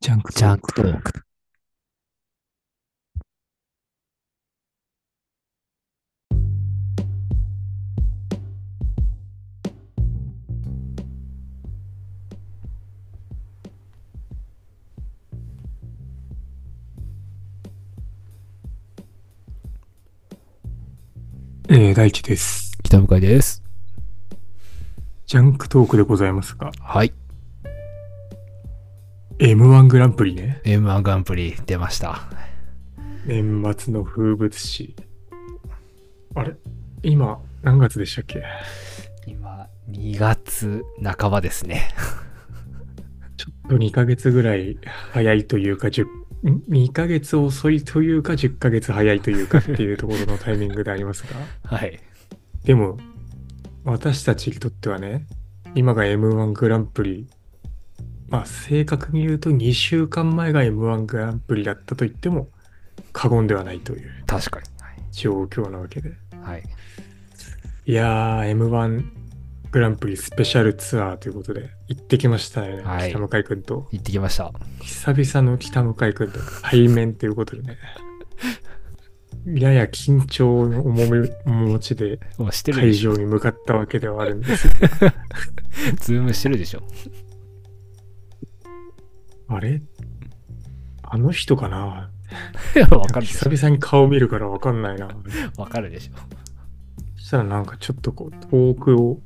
ジャンクジャンクトーク。えー、大地です。北向井です。ジャンクトークでございますが、はい。 M1 グランプリね。 M1 グランプリ出ました。年末の風物詩。あれ今、何月でしたっけ今、2月半ばですね。ちょっと2ヶ月ぐらい早いというか、10ん2ヶ月遅いというか、10ヶ月早いというかっていうところのタイミングでありますが、 はい。でも、私たちにとってはね、今が M1 グランプリ、まあ正確に言うと2週間前が M1 グランプリだったと言っても過言ではないという確か状況なわけで。に。はい。いやー、M1 グランプリスペシャルツアーということで行ってきましたよね、はい北向井君と。行ってきました。久々の北向井君と対面ということで ね。やや緊張の重み持ちでもうしてる会でしょ。場に向かったわけではあるんです がズームしてるでしょ。あれあの人かないやわかるでし久々に顔見るからわかんないな。ょ。わかるでしょ。そしたらなんかちょっとこう遠くを、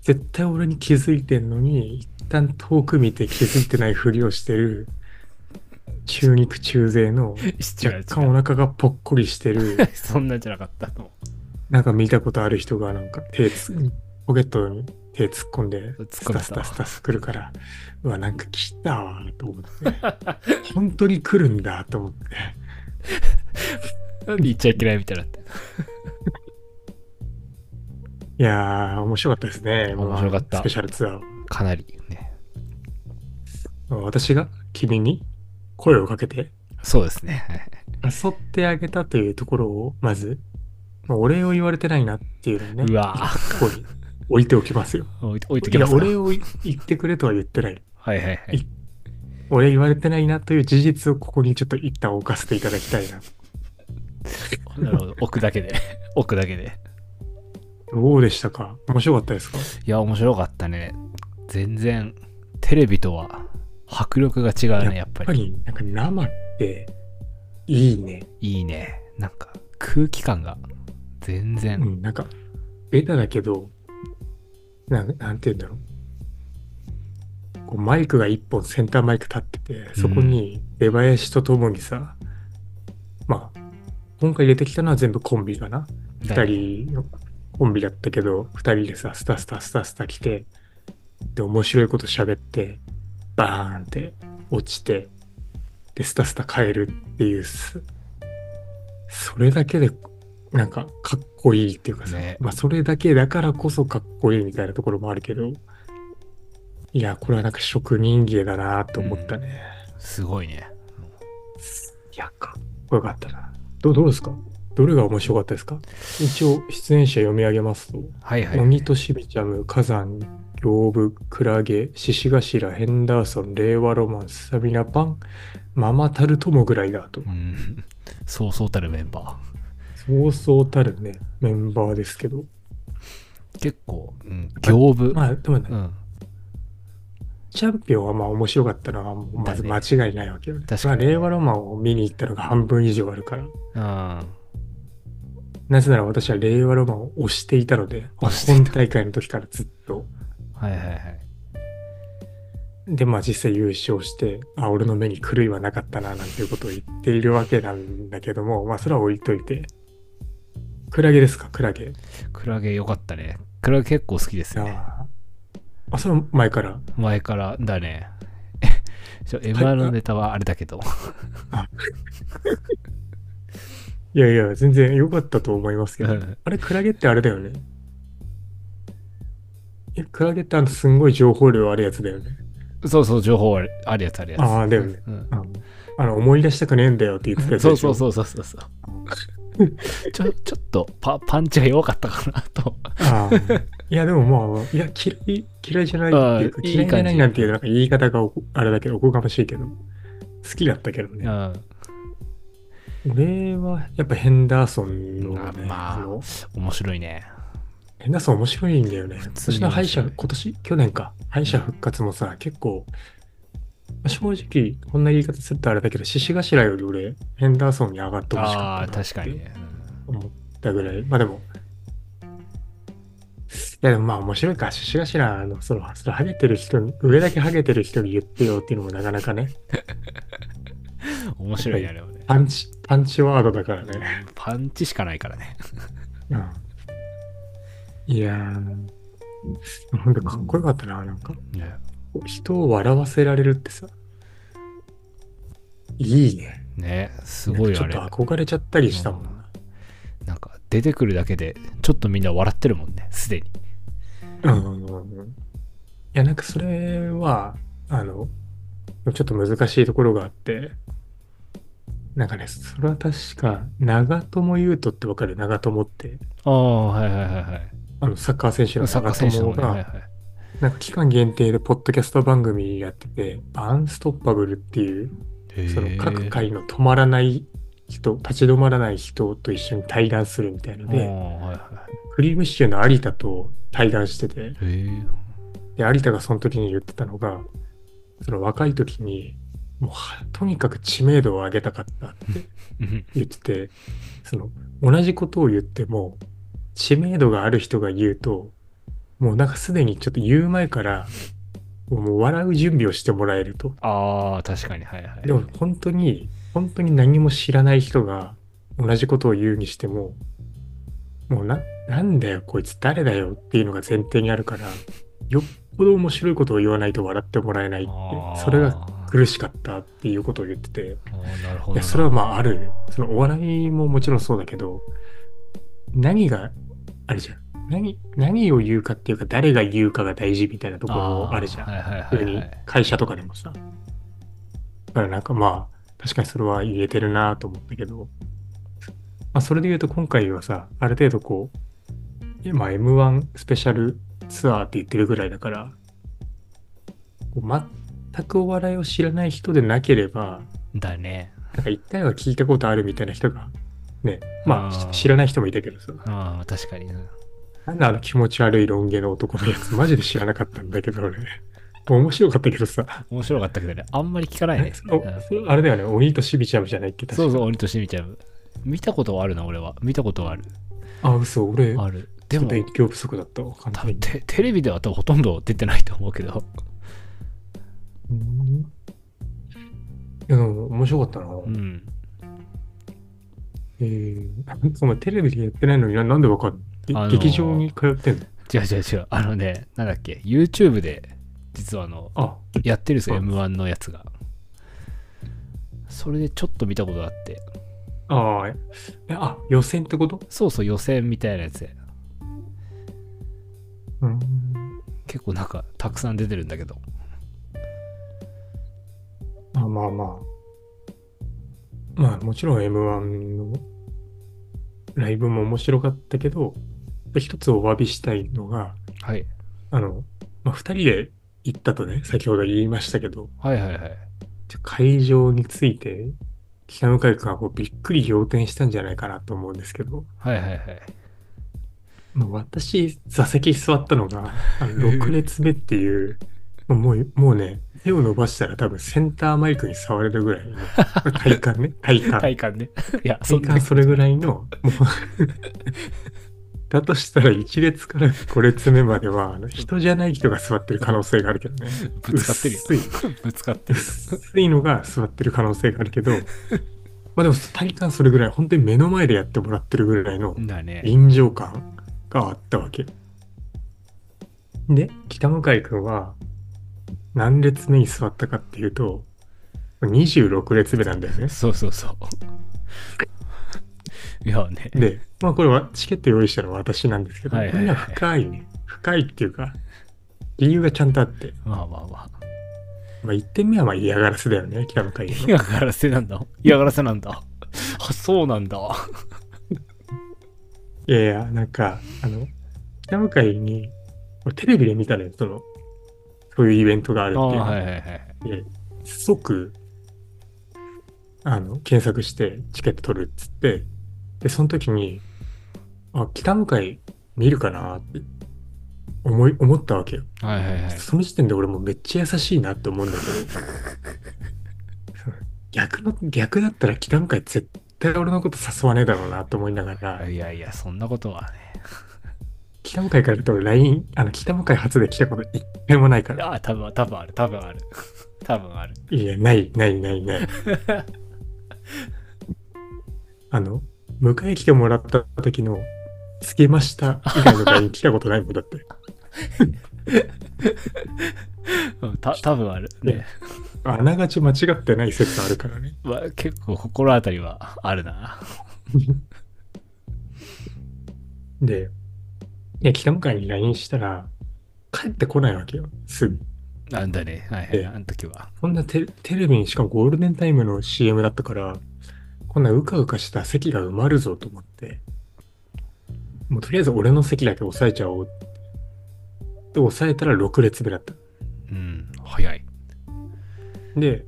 絶対俺に気づいてんのに、一旦遠く見て気づいてないふりをしてる、中肉中背の、 違う若干違おう。腹がぽっこりしてる、そんなんじゃなかったの。なんか見たことある人がなんか手つ、ポケットに手突っ込んで、突っス込んタだスタスタス来るから、うわ、なんか来たわ、と思って。 本当に来るんだ、と思って。なんで行っちゃいけないみたいになって。いやー、面白かったですね。面白かったスペシャルツアー。かなりね。私が君に声をかけて、そうですね。はい誘ってあげたというところを、まず、まあお礼を言われてないなっていうのをうね、わここに置いておきますよ。ぁ。置いて置いといきまや、すおか。礼を言ってくれとは言ってない。はいはいはいい。お礼言われてないなという事実をここにちょっと一旦置かせていただきたいな。なるほど。置くだけで。置くだけで。どうでしたか面白かったですかいや、面白かったね。全然、テレビとは迫力が違うね、やっやぱっぱり。り、なんか生っていいね。いいね。なんか、空気感が全う然、ん、なんか、ベタだけど、なんなんて言うんだろう。こうマイクが一本センターマイク立ってて、そこに出囃子とともにさ、まあ、今回出てきたのは全部コンビかな。二人のコンビだったけど、二人でさ、スタスタスタスタ来て、で、面白いこと喋って、バーンって落ちて、で、スタスタ帰るっていうす、それだけで、なんか、かっこいいっていうかさ、ねまあ、それだけだからこそかっこいいみたいなところもあるけど、いや、これはなんか職人芸だなと思ったね。すごいね。いや、かっこよかったな。どうどうですかどれが面白かったですか一応、出演者読み上げますと、はいはい。鬼としびちゃむ、火山、屏風、クラゲ、獅子頭、ヘンダーソン、令和ロマンス、サビナパン、ママタルトもぐらいだとう。ん。 そうそうたるメンバそうそうたるね、メンバーですけど。ー。結構、うん、行部。まあ、でもね、うん。チャンピオンはまあ面白かったのは、まず間違いないわけよね。確まかあ、に令和ロマンを見に行ったのが半分以上あるから。うん。なぜなら私は令和ロマンを推していたので、推していた本大会の時からずっと。はいはいはい。で、まあ実際優勝して、あ、俺の目に狂いはなかったな、なんていうことを言っているわけなんだけども、まあそれは置いといて。クラゲですか、クラゲ。クラゲ良かったね。クラゲ結構好きですね。あーあ、それは前から。前からだね。 ちょ、エマのネタはあれだけど。いやいや、全然良かったと思いますけど。うんあれ、クラゲってあれだよね。え、クラゲってあの、すんごい情報量あるやつだよね。そうそう、情報あるあるやつあるやつ。ああ、だよね。うんあの、あの思い出したくねえんだよって言ってたやつそでうしそょうそうそうそ うそう。ちょちょっとパパンチが弱かったかなと。ああいや、でもまあ、いや、嫌い、嫌いじゃないっていうかあ、ー嫌いじゃないいい感じいなんていう、なんか言い方がおこあれだけど、おこがましいけど、好きだったけどね。あ俺は、やっぱヘンダーソンの、ねあまあの、面白いねヘンダーソン面白いんだよね。今通年に面白いの敗者、今年、去年か、敗者復活もさ、結構、まあ正直、こんな言い方するとあれだけど、獅子頭より俺、ヘンダーソンに上がってほしあかあったなっ確かにてね思ったぐらい。まあでも、いやでもまあ面白いか、獅子頭の、その、そのハゲてる人に、上だけハゲてる人に言ってよっていうのもなかなかね、うん面白いねあれはねパンチ、パンチワードだからね。パンチしかないからねうん。いやー、ほんとかっこよかったな、なんか。ね人を笑わせられるってさ、いいね。ねすごいちょよあっれと憧れちゃったりしたもんな。なんか出てくるだけでちょっとみんな笑ってるもんねすでにうんうんうんうんいや、なんかそれは、あの、ちょっと難しいところがあって、なんかね、それは確か、長友佑都ってわかる長友って、ああはいはいはいはいあの、サッカー選手のサッカ長ー選手友のね、が、はいはい、なんか期間限定でポッドキャスト番組やってて、アンストッパブルっていう、その各へ回の止まらない人、立ち止まらない人と一緒に対談するみたいのーで、あーはいはクリームシチューの有田と対談してて、いへーで、有田がその時に言ってたのが、その若い時に、もうは、とにかく知名度を上げたかったってうん言ってて、その、同じことを言っても、知名度がある人が言うと、もうなんかすでにちょっと言う前から、もう笑う準備をしてもらえると。ああ確かにはいはいでも本当に、本当に何も知らない人が同じことを言うにしても、もうな、なんだよ、こいつ誰だよっていうのが前提にあるから、よっぽど面白いことを言わないと笑ってもらえないってあ、ーそれが苦しかったっていうことを言ってて、あーなるほどいなや、それはまああるよ。そのお笑いももちろんそうだけど、何があるじゃん。何、何を言うかっていうか、誰が言うかが大事みたいなところもあるじゃんー。はいはい普は通いにはい会社とかでもさ。だからなんかまあ、確かにそれは言えてるなと思ったけど、まあそれで言うと今回はさ、ある程度こう、まあ M1 スペシャルツアーって言ってるぐらいだから、こう全くお笑いを知らない人でなければ、だねなんか一回は聞いたことあるみたいな人が、ね、まあーあ知らない人もいたけどさ、ああ確かにうんなんであの気持ち悪いロン毛の男のやつ、マジで知らなかったんだけど俺、 面白かったけどさ。面白かったけどねあんまり聞かないねおうんそうあれだよね、鬼とシビチャムじゃないっけそうそうう。鬼としみちゃん見たことはあるな俺は見たことはあるあ、嘘、俺、あるちでょっもと勉強不足だったわ。完多全分にテテレビでは多分ほとんど出てないと思うけどうんいやでも面白かったな。うんえー、 そのテレビでやってないのにななんでわかんあなのいー劇場に通ってんの違う違う違うあのねなんだっけ YouTube で実はあのあ、やってるんですようん M1 のやつがそれでちょっと見たことがあってあーえあ、予選ってことそうそう予選みたいなやつでうん。結構なんかたくさん出てるんだけどあまあまあ。まあもちろん M1 のライブも面白かったけど、一つお詫びしたいのが、はいあの、まあ、2人で行ったとね、先ほど言いましたけど、はいはいはいちょ会場について、北向井君はこうびっくり仰天したんじゃないかなと思うんですけど、はいはいはいまあ、私、座席座ったのが、あ の6列目っていう、もう、もうね、手を伸ばしたら多分センターマイクに触れるぐらいの、体感 ね、体感。体感ねいやそ体んな感それぐらいの、もうだとしたら1列から5列目までは、あの人じゃない人が座ってる可能性があるけどね。ぶつかってるよ薄いぶつかってる薄いのが座ってる可能性があるけど、まあでも体感それぐらい、本当に目の前でやってもらってるぐらいのだね臨場感があったわけ。で、北向井くんは何列目に座ったかっていうと、26列目なんだよね。 そうそうそういやねで、まあこれはチケット用意したのは私なんですけど、はいはいこはいれは深いね。深いっていうか、理由がちゃんとあって、まあまあまあまあ1点目はまあ嫌がらせだよね、北向井くんの。嫌がらせなんだ嫌がらせなんだ あそうなんだいやいや、なんか、あの、北向かいに俺テレビで見たね、その、そういうイベントがあるってあいうあのーはいはいはいで、即、あの、検索してチケット取るっつって、で、その時に、あ、北向井見るかなって思い、思ったわけよ。はいはいはいその時点で俺もうめっちゃ優しいなって思うんだけど、 逆の、逆だったら北向井絶対俺のこと誘わねえだろうなと思いながら、いやいや、そんなことはね。北向井からだと俺 LINE、あの、北向井初で来たこと一回もないから。ああ、多分多分ある、多分ある。 多分ある。いや、ない、ない、ない、 ない。あの、迎え来てもらった時の、つけました以外の LINE 来たことないもんだって。うんた多分ある。ね、あながち間違ってない説あるからね。まあ、結構心当たりはあるな。で、いや、北向井に LINE したら、帰ってこないわけよ、すぐ。なんだね。はいはい。ええあの時は。こんなテテレビにしかもゴールデンタイムの CM だったから、こんなうかうかした席が埋まるぞと思って、もうとりあえず俺の席だけ押さえちゃおう。で、押さえたら6列目だった。うん。早い。で、で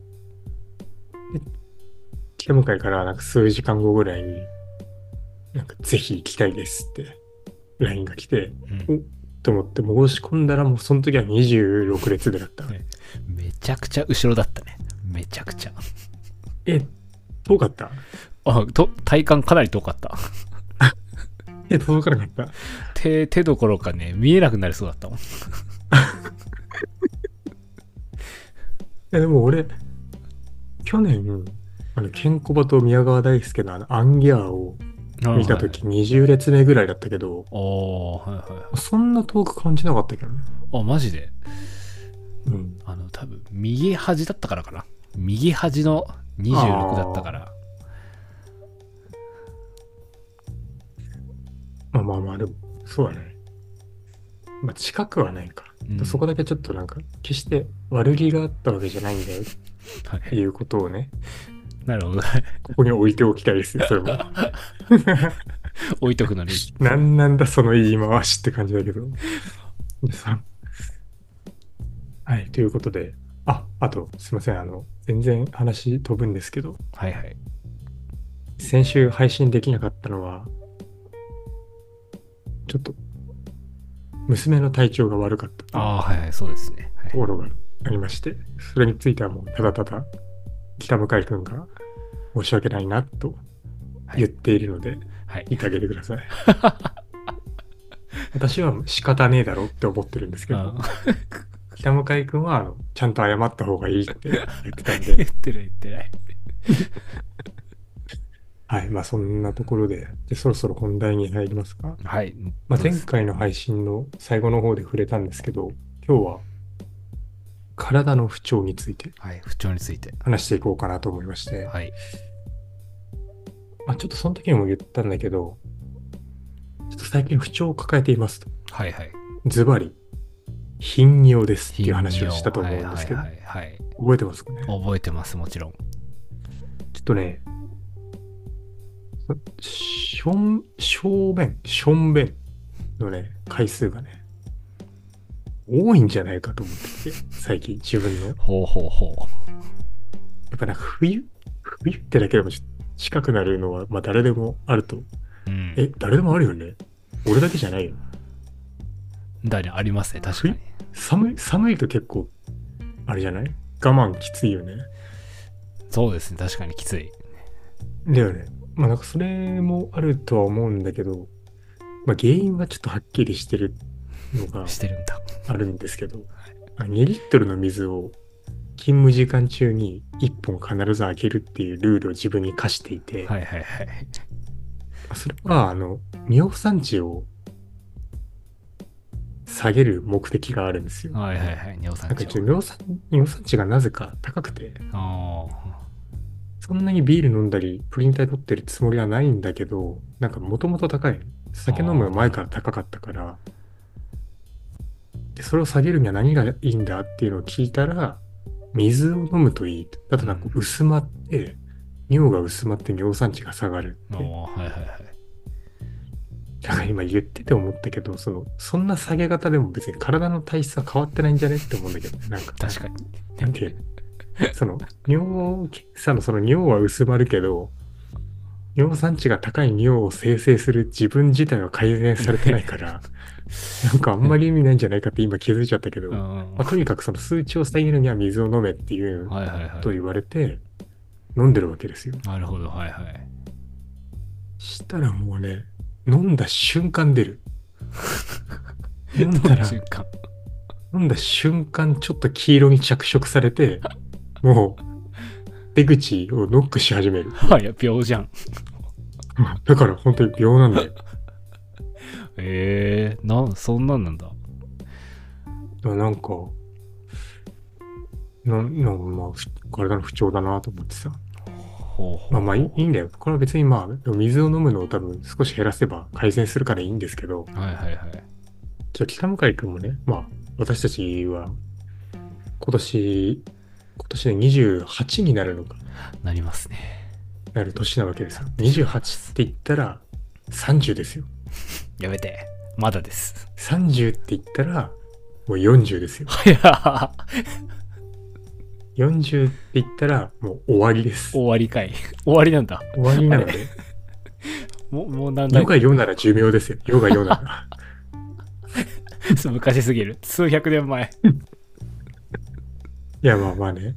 北向井からなんか数時間後ぐらいに、なんかぜひ行きたいですって LINE が来て、うん、と思って申し込んだらもうその時は26列目だった。ねめちゃくちゃ後ろだったね。めちゃくちゃ。え、遠かったあと体感かなり遠かった。え、届かなかった手、手どころかね、見えなくなりそうだったもん。えでも俺、去年、あの、ケンコバと宮川大輔のあの、アンギャーを見たとき20列目ぐらいだったけど、おー、はいはそんな遠く感じなかったけどね。い。あ、マジで。うん。あの、多分右端だったからかな。右端の26だったから。まあまあまあ、でも、そうだね。まあ、近くはないか。うんそこだけちょっとなんか、決して悪気があったわけじゃないんだよっはいていうことをね、なるほど。 ここに置いておきたいですよ、それも。置いとくのに。なんなんだその言い回しって感じだけど。 さはい、ということで、あ、あと、すいません、あの、全然話飛ぶんですけど、はいはい。先週配信できなかったのは、ちょっと、娘の体調が悪かったとああ、はいはい、そうですね。はいころがありまして、それについてはもう、ただただ、北向井君が申し訳ないなと言っているので、はい。言ってあげてください。 私は仕方ねえだろって思ってるんですけど、あ北向井君はあのちゃんと謝った方がいいって言ってたんー 言で、ってない言ってない。はい、まあそんなところで、でそろそろ本題に入りますか。はい。まあ、前回の配信の最後の方で触れたんですけど、今日は体の不調についてはい、不調について。話していこうかなと思いまして、はい。まあ、ちょっとその時にも言ったんだけど、ちょっと最近不調を抱えていますと。はいはい。ズバリ、頻尿ですっていう話をしたと思うんですけどは、いはいはい、はい。覚えてますかね覚えてます、もちろん。ちょっとね、しょん、小便、しょんべんのね、回数がね、多いんじゃないかと思ってて、最近自分の。やほうほうほっぱなんか冬冬ってだけでもちょっと近くなるのは、まあ誰でもあると。う。うん、え、誰でもあるよね俺だけじゃないよ。だね、ありますね、確かに。寒い、寒いと結構、あれじゃない我慢きついよね。そうですね、確かにきつい。だよね。まあなんかそれもあるとは思うんだけど、まあ原因はちょっとはっきりしてるのがしてるんだ。あるんですけ ど、あ2リットルの水を勤務時間中に1本必ず開けるっていうルールを自分に課していて、はいはいはい。それはあの、尿酸値を下げる目的があるんですよ。はいはいはい、尿なん酸か値ちょっを。と尿酸尿酸値がなぜか高くて、あそんなにビール飲んだり、プリン体取ってるつもりはないんだけど、なんかもともと高い。酒飲む前から高かったから。で、それを下げるには何がいいんだっていうのを聞いたら、水を飲むといいと。だとなんか薄まって、尿が薄まって尿酸値が下がるあ、って。もう、はいはいはい。だから今言ってて思ったけど、その、そんな下げ方でも別に体の体質は変わってないんじゃねって思うんだけどね、なんか。確かに。なんていうのその、尿検査のその尿は薄まるけど、尿酸値が高い尿を生成する自分自体は改善されてない から、なんかあんまり意味ないんじゃないかって今気づいちゃったけど、うまん。あ、とにかくその数値を下げるには水を飲めっていうはいはいとは言われて、飲んでるわけですよ。い。なるほど、はいはい。したらもうね、飲んだ瞬間出 る。飲んだら、瞬間。飲んだ瞬間ちょっと黄色に着色されて、もう、出口をノックし始める。 はいや、秒じゃん。だから本当に秒なんだよ。ええなん、そんなんなんだ。だからなんか、ななんかまあ、ふ体の不調だなと思ってさ。ほうほう。まあまあいいいいんだよ。これは別にまあ、水を飲むのを多分少し減らせば改善するからいいんですけど、はいはいはい。じゃあ北向井君もね、まあ、私たちは、今年、今年で28になるのか、なりますね。なる年なわけですよ。28って言ったら、30ですよ。やめて。まだです。 30って言ったら、もう40ですよ。はいや、 40って言ったら、もう終わりです。終わりかい。終わりなんだ。終わりなので、もう、もうなんだ世が世なら寿命ですよ。世が世なら。そう昔すぎる。数百年前。いや、まあまあね。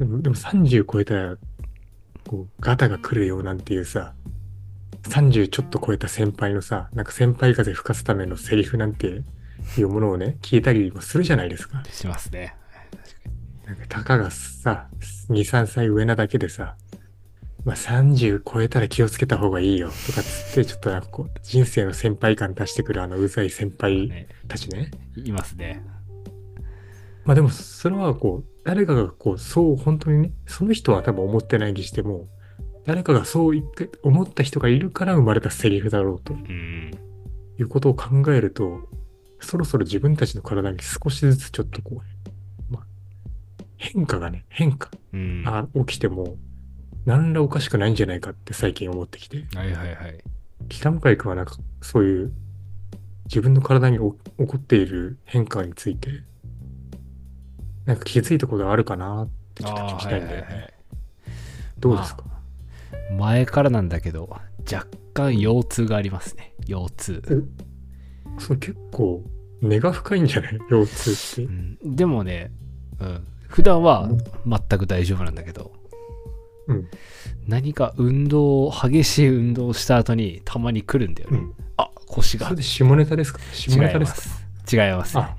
でもでも30超えたら、こう、ガタが来るよなんていうさ、30ちょっと超えた先輩のさ、なんか先輩風吹かすためのセリフなんていうものをね、聞いたりもするじゃないですか。しますね。なんかたかがさ、2、3歳上なだけでさ、まあ、30超えたら気をつけた方がいいよとかっつって、ちょっとなんかこう、人生の先輩感出してくるあのうざい先輩ね、たちね。いますね。まあでもそれはこう誰かがこうそう本当にねその人は多分思ってないにしても誰かがそう言って思った人がいるから生まれたセリフだろうとうん。いうことを考えるとそろそろ自分たちの体に少しずつちょっとこう、まあ、変化がね変化うん。はが起きても何らおかしくないんじゃないかって最近思ってきていはいはい。北向井君はなんかそういう自分の体にお起こっている変化についてなんか気づいたことあるかなってちょっと聞きたいんだよね。あーはいはいはいどうですか、前からなんだけど、若干腰痛がありますね。腰痛。それ結構根が深いんじゃ ない腰痛っうて。ん、でもね、うん、普段はうん全く大丈夫なんだけど、うん何か運動を、激しい運動をした後にたまに来るんだよね。うんあ腰そがれで下ネタですか下ネ違いタでますかす。違います。あ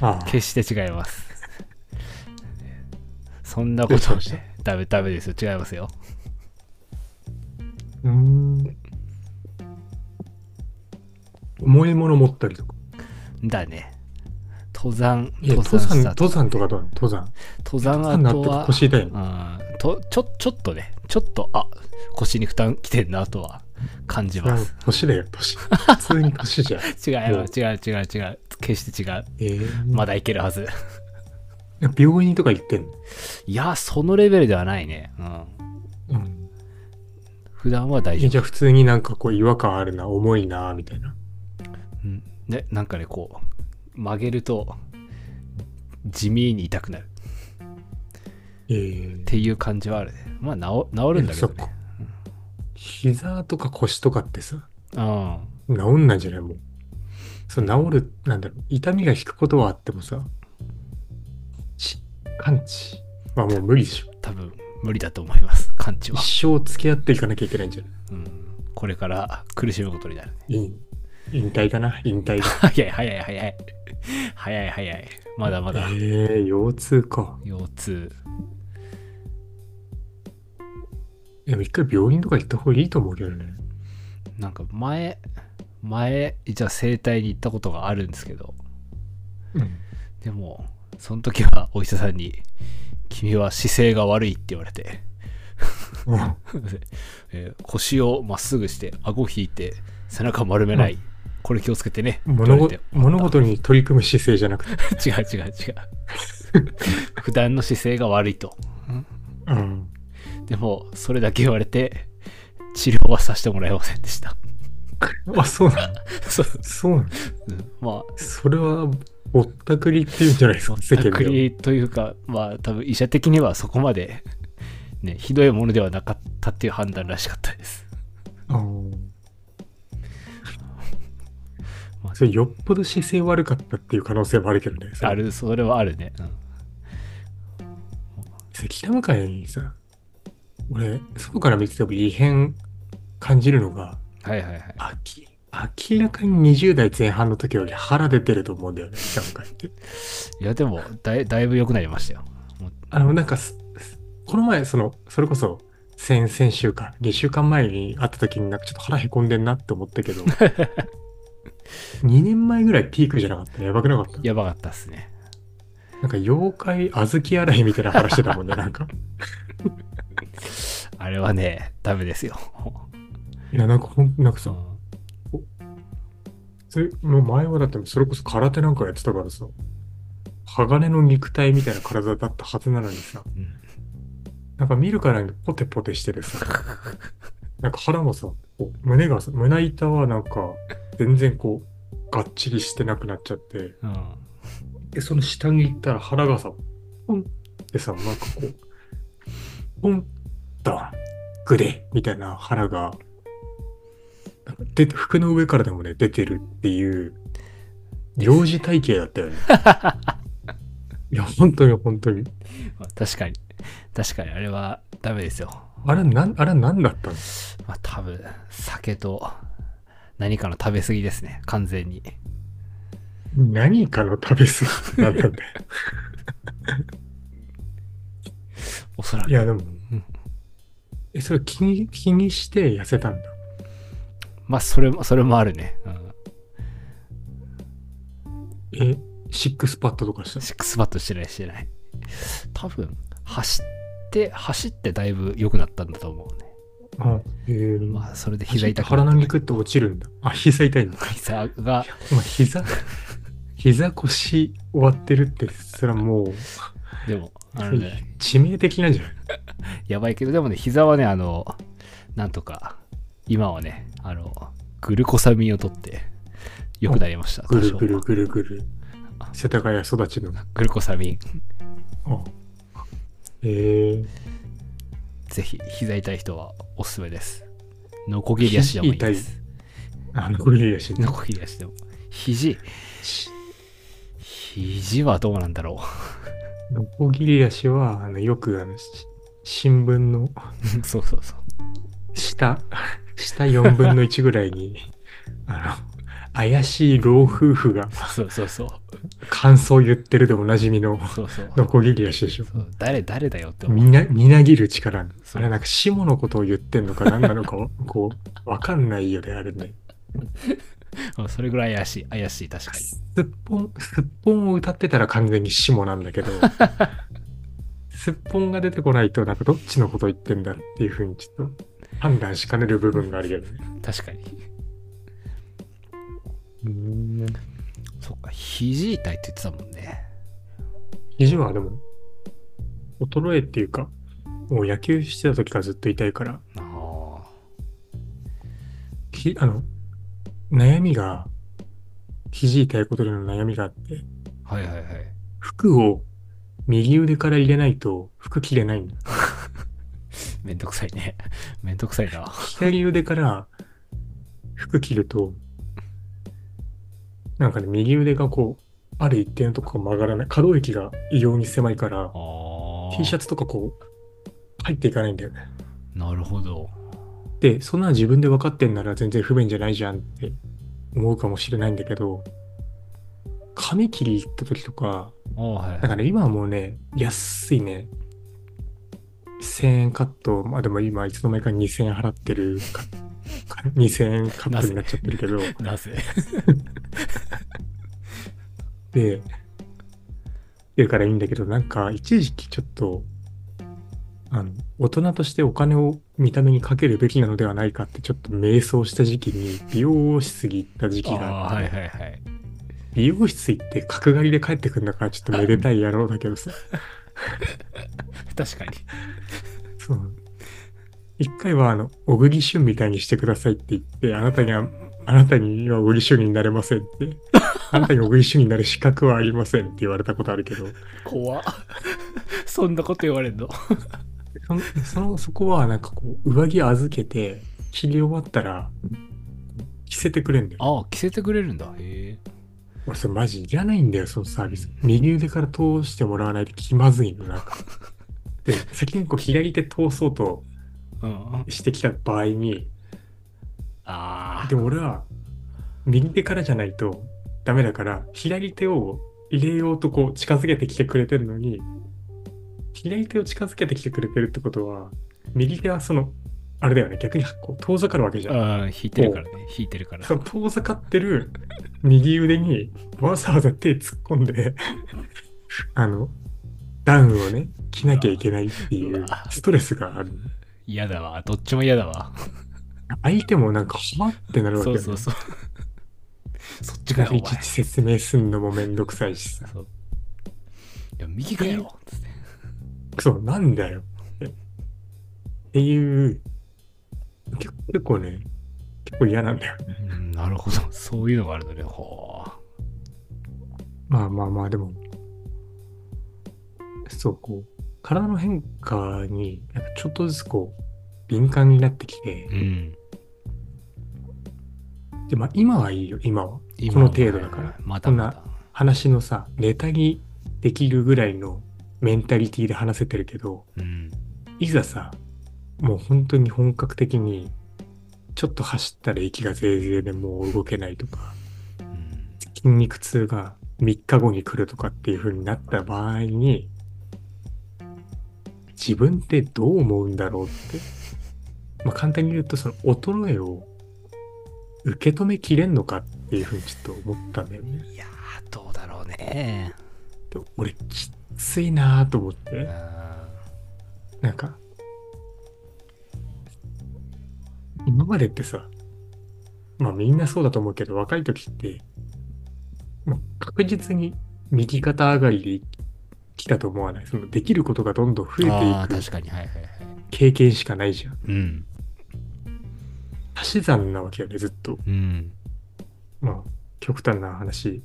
ああ、決して違 います。そんなことはどうしまね、ダメダメですよ。違いますよ。うーん。重いもの持ったりとか。だね。登山、いや、登登山山、した後登山とかどうなの登山。登山登山後になっては、腰痛いの。うんとちょ、ちょっとね、ちょっと、あ腰に負担きてんなとは感じまなんすか。腰だよ、 腰。普通に腰じゃん。違うもう違う違う違う。決して違う。えー、まだいけるはず。病院とか行ってんの、いや、そのレベルではないね。うん。うん、普段は大丈夫。じゃあ普通になんかこう違和感あるな重いなみたいなうん、でなんかねこう曲げると地味に痛くなるえーっ、ていう感じはあるねまあ治治るんだけそどっねか膝とか腰とかってさうん治んないんじゃないもうそう治るなんだろう痛みが引くことはあってもさち完治まあもう無理でしょ多分無理だと思います完治は、一生付き合っていかなきゃいけないんじゃないうん、これから苦しむことになる ね引引退かな引 退早い早い早い早い早いまだまえだー、腰痛か腰痛でも一回病院とか行った方がいいと思うけどねなんか前前じゃあ整体に行ったことがあるんですけどうんでもその時はお医者さんに「君は姿勢が悪い」って言われて うんえー腰をまっすぐして顎を引いて背中丸めない、これ気をつけてね物って事言われ物事に取り組む姿勢じゃなくて、て違う違う違う 普段の姿勢が悪いとうん、でもそれだけ言われて治療はさせてもらえませんでした あ、そうなのそう、そうなのうんまあそれはぼったくりっていうんじゃないです か、世間では隔離というかまあ多分医者的にはそこまで、ね、ひどいものではなかったっていう判断らしかったです、あーまあそれよっぽど姿勢悪かったっていう可能性もあるけどね。それあ。るそれはあるね、うん関玉会にさ、俺、外から見てても異変感じるのが、はいはいはいあき明らかに20代前半の時より腹出てると思うんだよね、関玉会って。いやでもだいだいぶ良くなりましたよもうあの、なんかす、すこの前、その、それこそ、先々週か、2週間前に会った時になんかちょっと腹へこんでんなって思ったけど、2年前ぐらいピークじゃなかったやばくなかったやばかったっすねなんか妖怪小豆洗いみたいな腹してたもんね、なんか。あれはねダメですよいや、なんかほん、なんかうさ、んそれもう前はだってそれこそ空手なんかやってたからさ、鋼の肉体みたいな体だったはずなのにさ、うんなんか見るからにポテポテしててさ、 なんか腹もさ、こう胸がさ、胸板はなんか全然こう、がっちりしてなくなっちゃって、うんで、その下に行ったら腹がさ、ポンってさ、なんかこう、ポン、ダン、グレみたいな腹が、なんかで服の上からでもね、出てるっていう、幼児体型だったよ ね。いや、本当に本当に。まあ確かに確かにあれはダメですよあれなん、あれなんだったのまあ多分酒と何かの食べ過ぎですね完全に何かの食べ過ぎなんだって。おそら くいや、でもうん、え、それ気に、気にして痩せたんだ。まあそれもそれもあるね、うん、え、シックスパッドとかしたのシックスパッドしてないしてない多分走って走ってだいぶ良くなったんだと思うねあ、へえ。まあそれで膝痛く腹のなった肉って落ちるんだ。あ、膝痛いのか。膝がまあ、膝、膝腰終わってるって、それはもう、でもあのね致命的なんじゃないやばいけど、でもね、膝はね、あの、なんとか、今はね、あの、グルコサミンを取って、良くなりました。ぐる多少ぐるぐるぐる。世田谷育ちの。あグルコサミン。へえ。ぜひ、膝痛い人はおすすめです。ノコギリ足でもいいです。あの、これいいやし。ノコギリ足でも。肘、肘はどうなんだろノコギリ足は、あの、よく、あの、し新聞のう。 そうそうそう。下、下4分の1ぐらいに、 あの、怪しい老夫婦がそうそうそう。感想を言ってるでおなじみのそうそう。ノコギリ足でしょ。そう誰、誰だよって思う。みな、みなぎる力。そあうれなんか、下のことを言ってんのか何なのかを、こう、わかんないよね、あれね。うんそれぐらい怪しい、怪しい、確かに。すっぽん、すっぽんを歌ってたら完全に下なんだ けど、すっぽんが出てこないと、なんかどっちのこと言ってんだっていうふうにちょっと判断しかねる部分があるけどね。確かに。うん。そっか、肘痛いって言ってたもんね。肘はでも、衰えっていうか、もう野球してた時からずっと痛いから、ああ。ひあの、悩みが、肘痛いことでの悩みがあって、はいはいはい。服を右腕から入れないと服着れないんだ。めんどくさいね。 めんどくさいな。左腕から服着ると、なんかね、右腕がこう、ある一定のとこが曲がらない。可動域が異様に狭いから、T シャツ。ツとかこう、入っていかないんだよね。なるほど。で、そんなの自分で分かってんなら全然不便じゃないじゃんって思うかもしれないんだけど、髪切り行った時とか、ああ、はいだ。から今はもうね、安いね、1000円カット、まあでも今いつの間にか2000円払ってる か、か2000円カットになっちゃってるけど、なぜで、言うからいいんだけど、なんか一時期ちょっと、あの、大人としてお金を見た目にかけるべきなのではないかってちょっと迷走した時期に美容室に行った時期ああがあっ、て、はいはいはい。美容室行って角刈りで帰ってくんだからちょっとめでたい野郎だけどさ、確かに。そう。一回は、あの、小栗旬みたいにしてくださいって言って、あなたにはあなたには売り主になれませんって。あなたには売り主になる資格はありませんって言われたことあるけど、怖 そんなこと言われんのそのそのそこはなんかこう、上着預けて、切り終わったら、着せてくれんだよ。ああ着せてくれるんだへえ俺、それマジいらないんだよ、そのサービス。右腕から通してもらわないと気まずいの、なんか。で、先にこう、左手通そうとうんあしてきた場合に、あでも俺は右手からじゃないとダメだから左手を入れようとこう近づけてきてくれてるのに左手を近づけてきてくれてるってことは右手はそのあれだよね逆にこう遠ざかるわけじゃん。うん引いてるからね引いてるからその遠ざかってる右腕にわざわざ手突っ込んで あのダウンをね着なきゃいけないっていうストレスがある嫌だわどっちも嫌だわ相手もなんかはってなるわけそようねそうそう そっちかよおい前ちいち説明すんのもめんどくさいしさそういや右かよつってそう、なんだよ。ってっていう、結構結構ね、結構嫌なんだよ。うんなるほどそういうのがあるのねほうまあまあまあ、でも、そう、こう、体の変化に、なんかちょっとずつこう、敏感になってきて、うんで、まあ今はいいよ、今は。今この程度だからまだまだ話のさ、ネタにできるぐらいのメンタリティで話せてるけど、うんいざさ、もう本当に本格的に、ちょっと走ったら息がぜいぜいでもう動けないとか、うん筋肉痛が3日後に来るとかっていう風になった場合に自分ってどう思うんだろうって、まあ、簡単に言うとその衰えを受け止めきれんのかっていう風にちょっと思ったんだよね。いやーどうだろうねで俺きついなぁと思っうてんなんか今までってさまあみんなそうだと思うけど若い時って、まあ、確実に右肩上がりで来たと思わないそのできることがどんどん増あえあてい確くかにはいはいはい経験しかないじゃんうん足し算なわけよねずっとうんまあ極端な話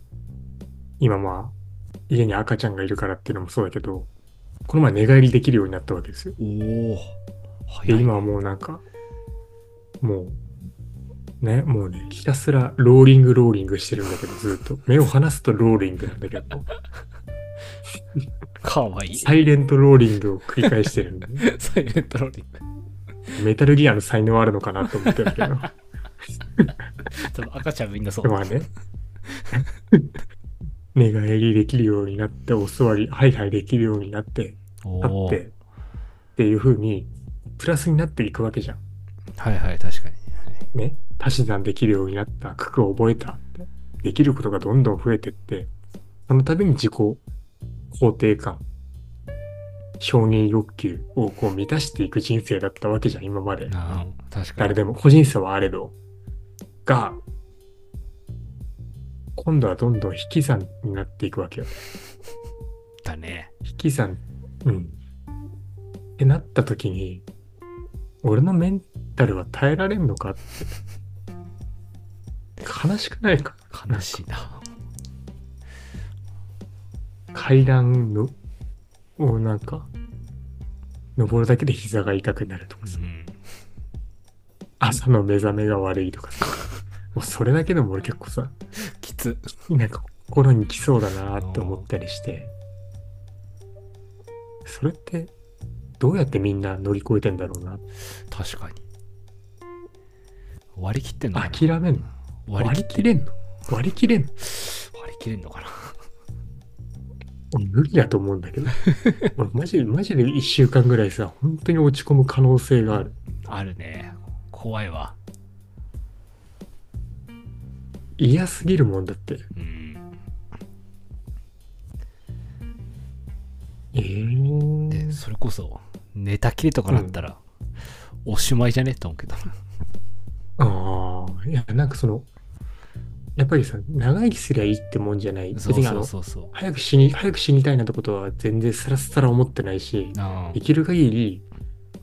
今まあ家に赤ちゃんがいるからっていうのもそうだけどこの前寝返りできるようになったわけですよおおで早い今はもうなんかもうねもうねひたすらローリングローリングしてるんだけどずっと目を離すとローリングなんだけどかわいいサイレントローリングを繰り返してるんだねサイレントローリングメタルギアの才能あるのかなと思ってるけど多分赤ちゃんみんなそうまあね 寝返りできるようになってお座りハイハイできるようになってお立っおてっていう風にプラスになっていくわけじゃんはいはい確かに、はいね、足し算できるようになった、九九を覚えたって、できることがどんどん増えてって、その度に自己肯定感、承認欲求をこう満たしていく人生だったわけじゃん、今まで。なあ確かに誰でも、個人差はあれど。が、今度はどんどん引き算になっていくわけよ。だね引き算、うん。ってなった時に、俺のメンタルは耐えられんのかって。悲しくないか悲しいな階段の、をなんか、登るだけで膝が痛くなるとかさ、うん朝の目覚めが悪いとかさ、もうそれだけでも俺結構さ、きつなんか心に来そうだなって思ったりして、それって、どうやってみんな乗り越えてんだろうなって確かに割り切ってんのかな諦めんの割り切っ切れんの割り切れんの割り切れんのかな俺無理だと思うんだけど 俺マジでマジで1週間ぐらいさ本当に落ち込む可能性があるあるね怖いわ嫌すぎるもんだってうんええでそれこそネタ切れとかなったら、おしまいじゃねと思うけどなああいやなんかそのやっぱりさ長生きすりゃいいってもんじゃないそう別にあそのうそうそう早く死に早く死にたいなってことは全然さらさら思ってないしあできる限り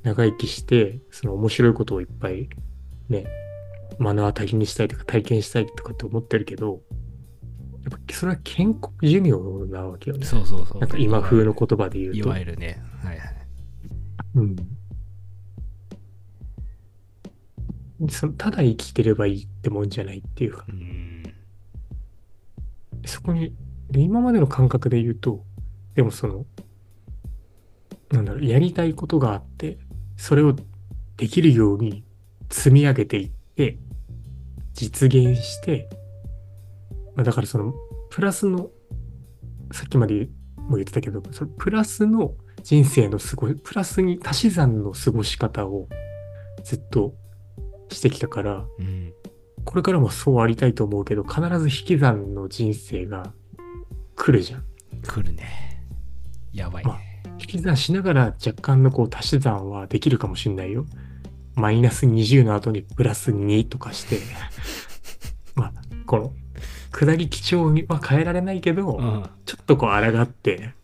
長生きしてその面白いことをいっぱいね目の当たりにしたいとか体験したいとかって思ってるけど、やっぱそれは健康寿命なわけよね。そうそうそう。なんか今風の言葉で言ういとわ。ゆるね。はいはい。うん。そのただ生きてればいいってもんじゃないっていうか、うん。そこに、で今までの感覚で言うと、でもその、なんだろう、やりたいことがあって、それをできるように積み上げていって、実現して、まあ、だからその、プラスの、さっきまでも言ってたけど、そのプラスの人生の過ごし、プラスに足し算の過ごし方をずっとしてきたから、うん。これからもそうありたいと思うけど、必ず引き算の人生が来るじゃん。来るね。やばいまね。引き算しながら若干のこう足し算はできるかもしんないよ。マイナス20の後にプラス2とかして、 まあ、この、下り基調には変えられないけど、うん。ちょっとこう抗って、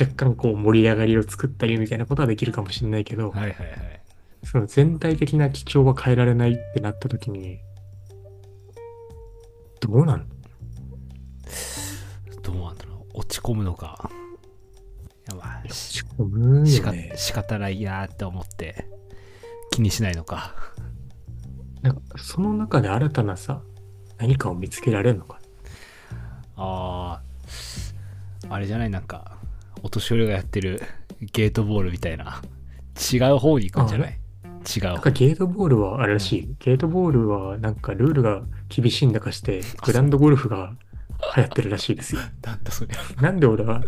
若干こう盛り上がりを作ったりみたいなことはできるかもしんないけど、はいはいはい。その全体的な基調は変えられないってなった時に、どうなんどうなんだろう。落ち込むのか。やばい。し仕込むしよかね。仕方ないなーって思って、気にしないのか。なんかその中で新たなさ、何かを見つけられるのか。あああれじゃないなんかお年寄りがやってるゲートボールみたいな違う方に行くんじゃない違うなんかゲートボールはあれらしい。ゲートボールはなんかルールが厳しいんだかして、グランドゴルフが流行ってるらしいですよ。なんだそれなんで俺は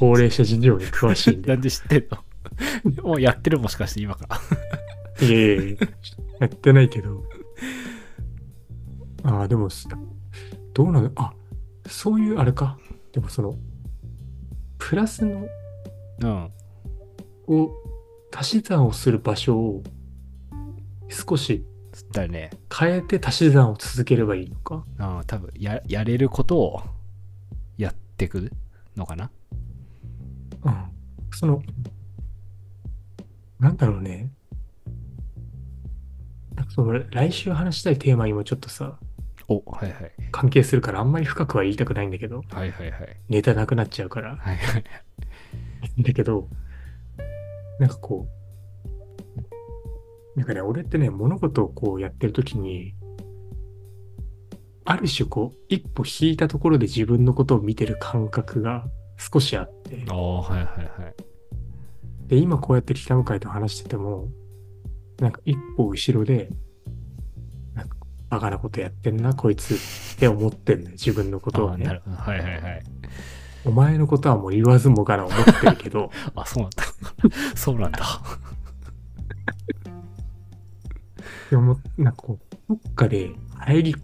高齢者事情に詳しいんだな よ。んで知ってんのもうやってるもしかして今からいやいやいややってないけど。ああ、でもす、どうなのあ、そういうあれか。でもその、プラスのうんを足し算をする場所を少しだね変えて足し算を続ければいいのかうん多分ややれることをやってくのかなうんそのなんだろうねなんかその来週話したいテーマにもちょっとさおはいはい関係するからあんまり深くは言いたくないんだけどはいはいはいネタなくなっちゃうからはいはいだけど、なんかこう、なんかね、俺ってね、物事をこうやってるときに、ある種こう、一歩引いたところで自分のことを見てる感覚が少しあって、おーはいはいはいで、今こうやって北向井と話してても、なんか一歩後ろで、なんかバカなことやってんな、こいつって思ってんのよ、自分のことあはーなね。るほどはいはいはいお前のことはもう言わずもがな思ってるけど、あそうなんだ そうなんだでも、なんかこう、どっかで入り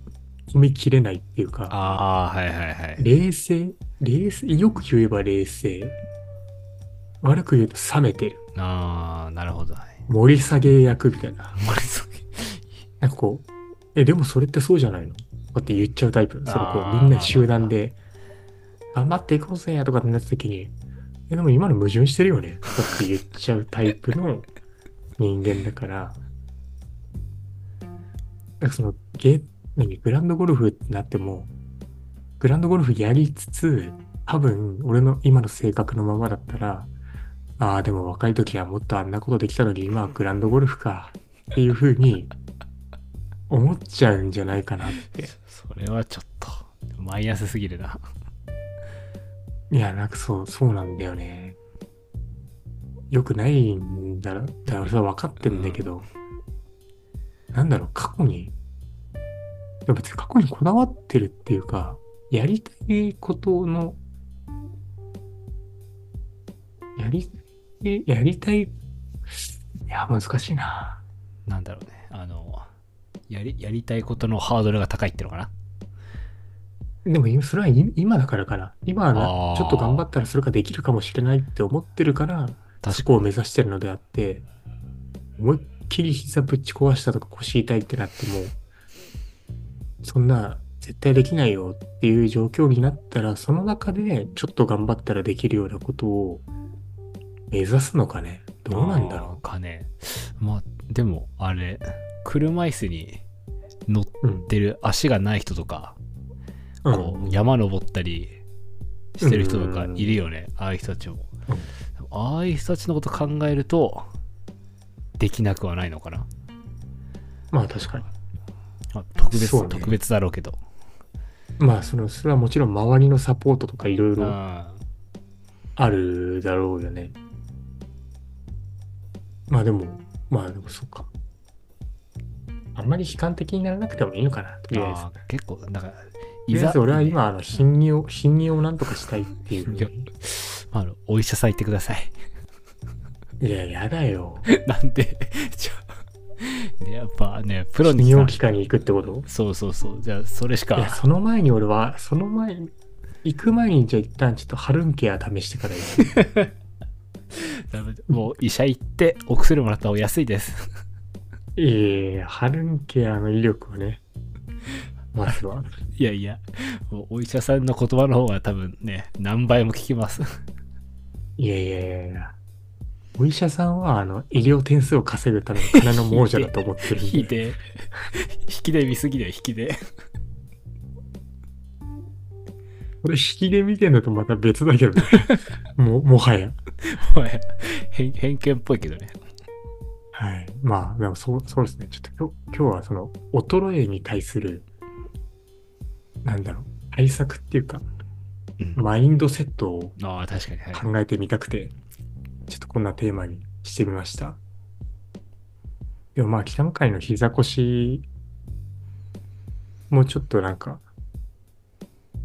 込みきれないっていうか、ああーはいはいはい冷静、冷静、よく言えば冷静。悪く言うと冷めてる。ああなるほどはい盛り下げ役みたいな。盛り下げなんかこう、え、でもそれってそうじゃないのとかって言っちゃうタイプ。そのこあう、ーみんな集団で、頑張っていこうぜとかってなった時に、え、でも今の矛盾してるよねとかって言っちゃうタイプの人間だから、なんかその、ゲ、何、グランドゴルフってなっても、グランドゴルフやりつつ、多分、俺の今の性格のままだったら、ああ、でも若い時はもっとあんなことできたのに、今はグランドゴルフか、っていうふうに、思っちゃうんじゃないかなって。それはちょっとマイナスすぎるな。いや、なんかそう、そうなんだよね。よくないんだろ、だからそれは分かってるんだけど、なんだろう、過去に、でも別に過去にこだわってるっていうか、やりたいことの、やり、やりたい、いや、難しいな。なんだろうね。あの、やりやりたいことのハードルが高いってのかな。でも今それは今だからかな。今はあーなちょっと頑張ったらそれができるかもしれないって思ってるから、そこを目指してるのであって、思いっきり膝ぶち壊したとか腰痛いってなっても、そんな絶対できないよっていう状況になったら、その中でちょっと頑張ったらできるようなことを目指すのかね。どうなんだろうかね。まあ、でも、あれ、車椅子に乗っうん。てる足がない人とか、うこん。う山登ったりしてる人とかうんいるよね、ああいう人たちもうん。ああいう人たちのこと考えると、できなくはないのかな。まあ確かに。まあ特別、そうね特別だろうけど。まあその、それはもちろん周りのサポートとかいろいろあーあるだろうよね。まあでも、まあでもそっか。あんまり悲観的にならなくてもいいのかな、とりあえず。あー結構、なんか、とりあえず俺は今、あの、貧乳を、貧乳をなんとかしたいっていうふういやに。まああのお医者さん行ってください。 いや、やだよ。なんで、じゃあでやっぱね、プロ泌に尿器科に行くってことそうそうそう。じゃあ、それしいや、か。その前に俺は、その前に、行く前にじゃあ一旦ちょっとハルンケア試してから行く。ダメだもう医者行って、お薬もらった方が安いです。 ええハルンケアの威力をね、まずは。いやいや、もうお医者さんの言葉の方が多分ね、何倍も聞き ます。いやいやいやいや。お医者さんは、あの、医療点数を稼ぐための金の亡者だと思ってるん引いで。て、引きで見すぎだよ、引きで。 俺、引きで見てんのとまた別だけどね。も、もはや。お前偏偏見っぽいけどね。はい。まあ、でもそう、そうですね。ちょっと今日、今日はその、衰えに対する、なんだろう、対策っていうか、うんマインドセットをああ、確かに。はい考えてみたくて、ちょっとこんなテーマにしてみました。でもまあ、北向かいの膝腰もうちょっとなんか、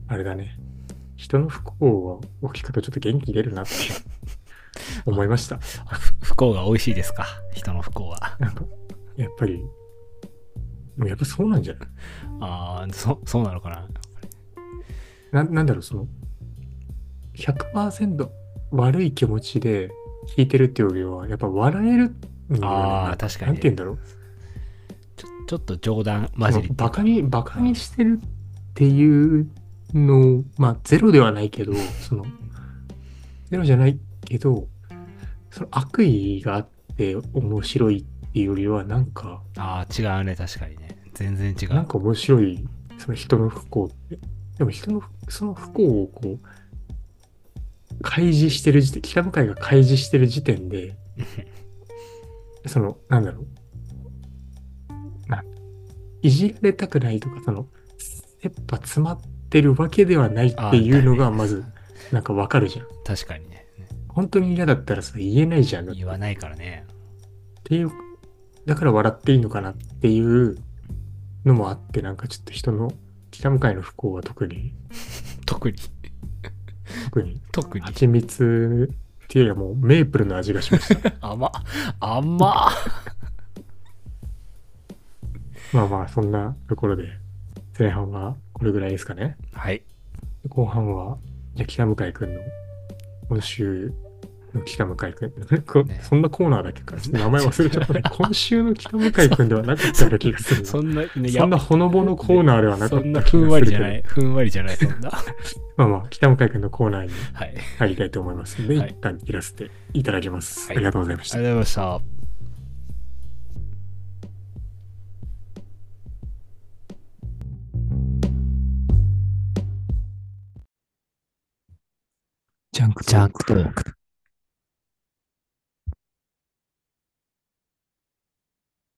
あれだね、人の不幸を聞くとちょっと元気出るな っていう思いました。あふ不幸が美味しいですか、人の不幸は。なんか、やっぱり、でもやっぱそうなんじゃないああ、そそうなのかな。ななんだろう、その、100%悪い気持ちで弾いてるっていうよりは、やっぱ笑えるんだよねあーなん確かになんて言うんだろう。ちょちょっと冗談混じりそのバカに、バカにしてるっていうのを、まあ、ゼロではない けど、その、ゼロじゃないけど、その悪意があって面白いっていうよりは、なんか、ああ、違うね、確かにね。全然違なんう。か面白い、その人の不幸って。でも人の不、その不幸をこう、開示してる時点、北向かいが開示してる時点で、その、なんだろう。なんいじられたくないとか、その、切羽詰まってるわけではないっていうのが、まず、なんかわかるじゃん。確かにね。本当に嫌だったらさ、言えないじゃん。言わないからね。っていうだから笑っていいのかなっていうのもあってなんかちょっと人の北向かいの不幸は特に特に。特に特に。蜂蜜っていうよりはもうメープルの味がしま した甘っ。甘っ。まあまあそんなところで前半はこれぐらいですかねはい。後半はじゃあ北向井くんの今週の北向井くんこねそんなコーナーだっけかちょっと名前忘れちゃ ったね今週の北向井くんではなかったような気がするそんな、ね、そんなほのぼのコーナーではなかそったんなふんわりじゃ気がするけどない。ふんわりじゃない、そ んな。まあまあ、北向井君のコーナーにはい。ありが入りたいと思いますので、はい一旦切らせていただきます。はいありがとうございましたとう。ございました。ジャンクジャンクトーク。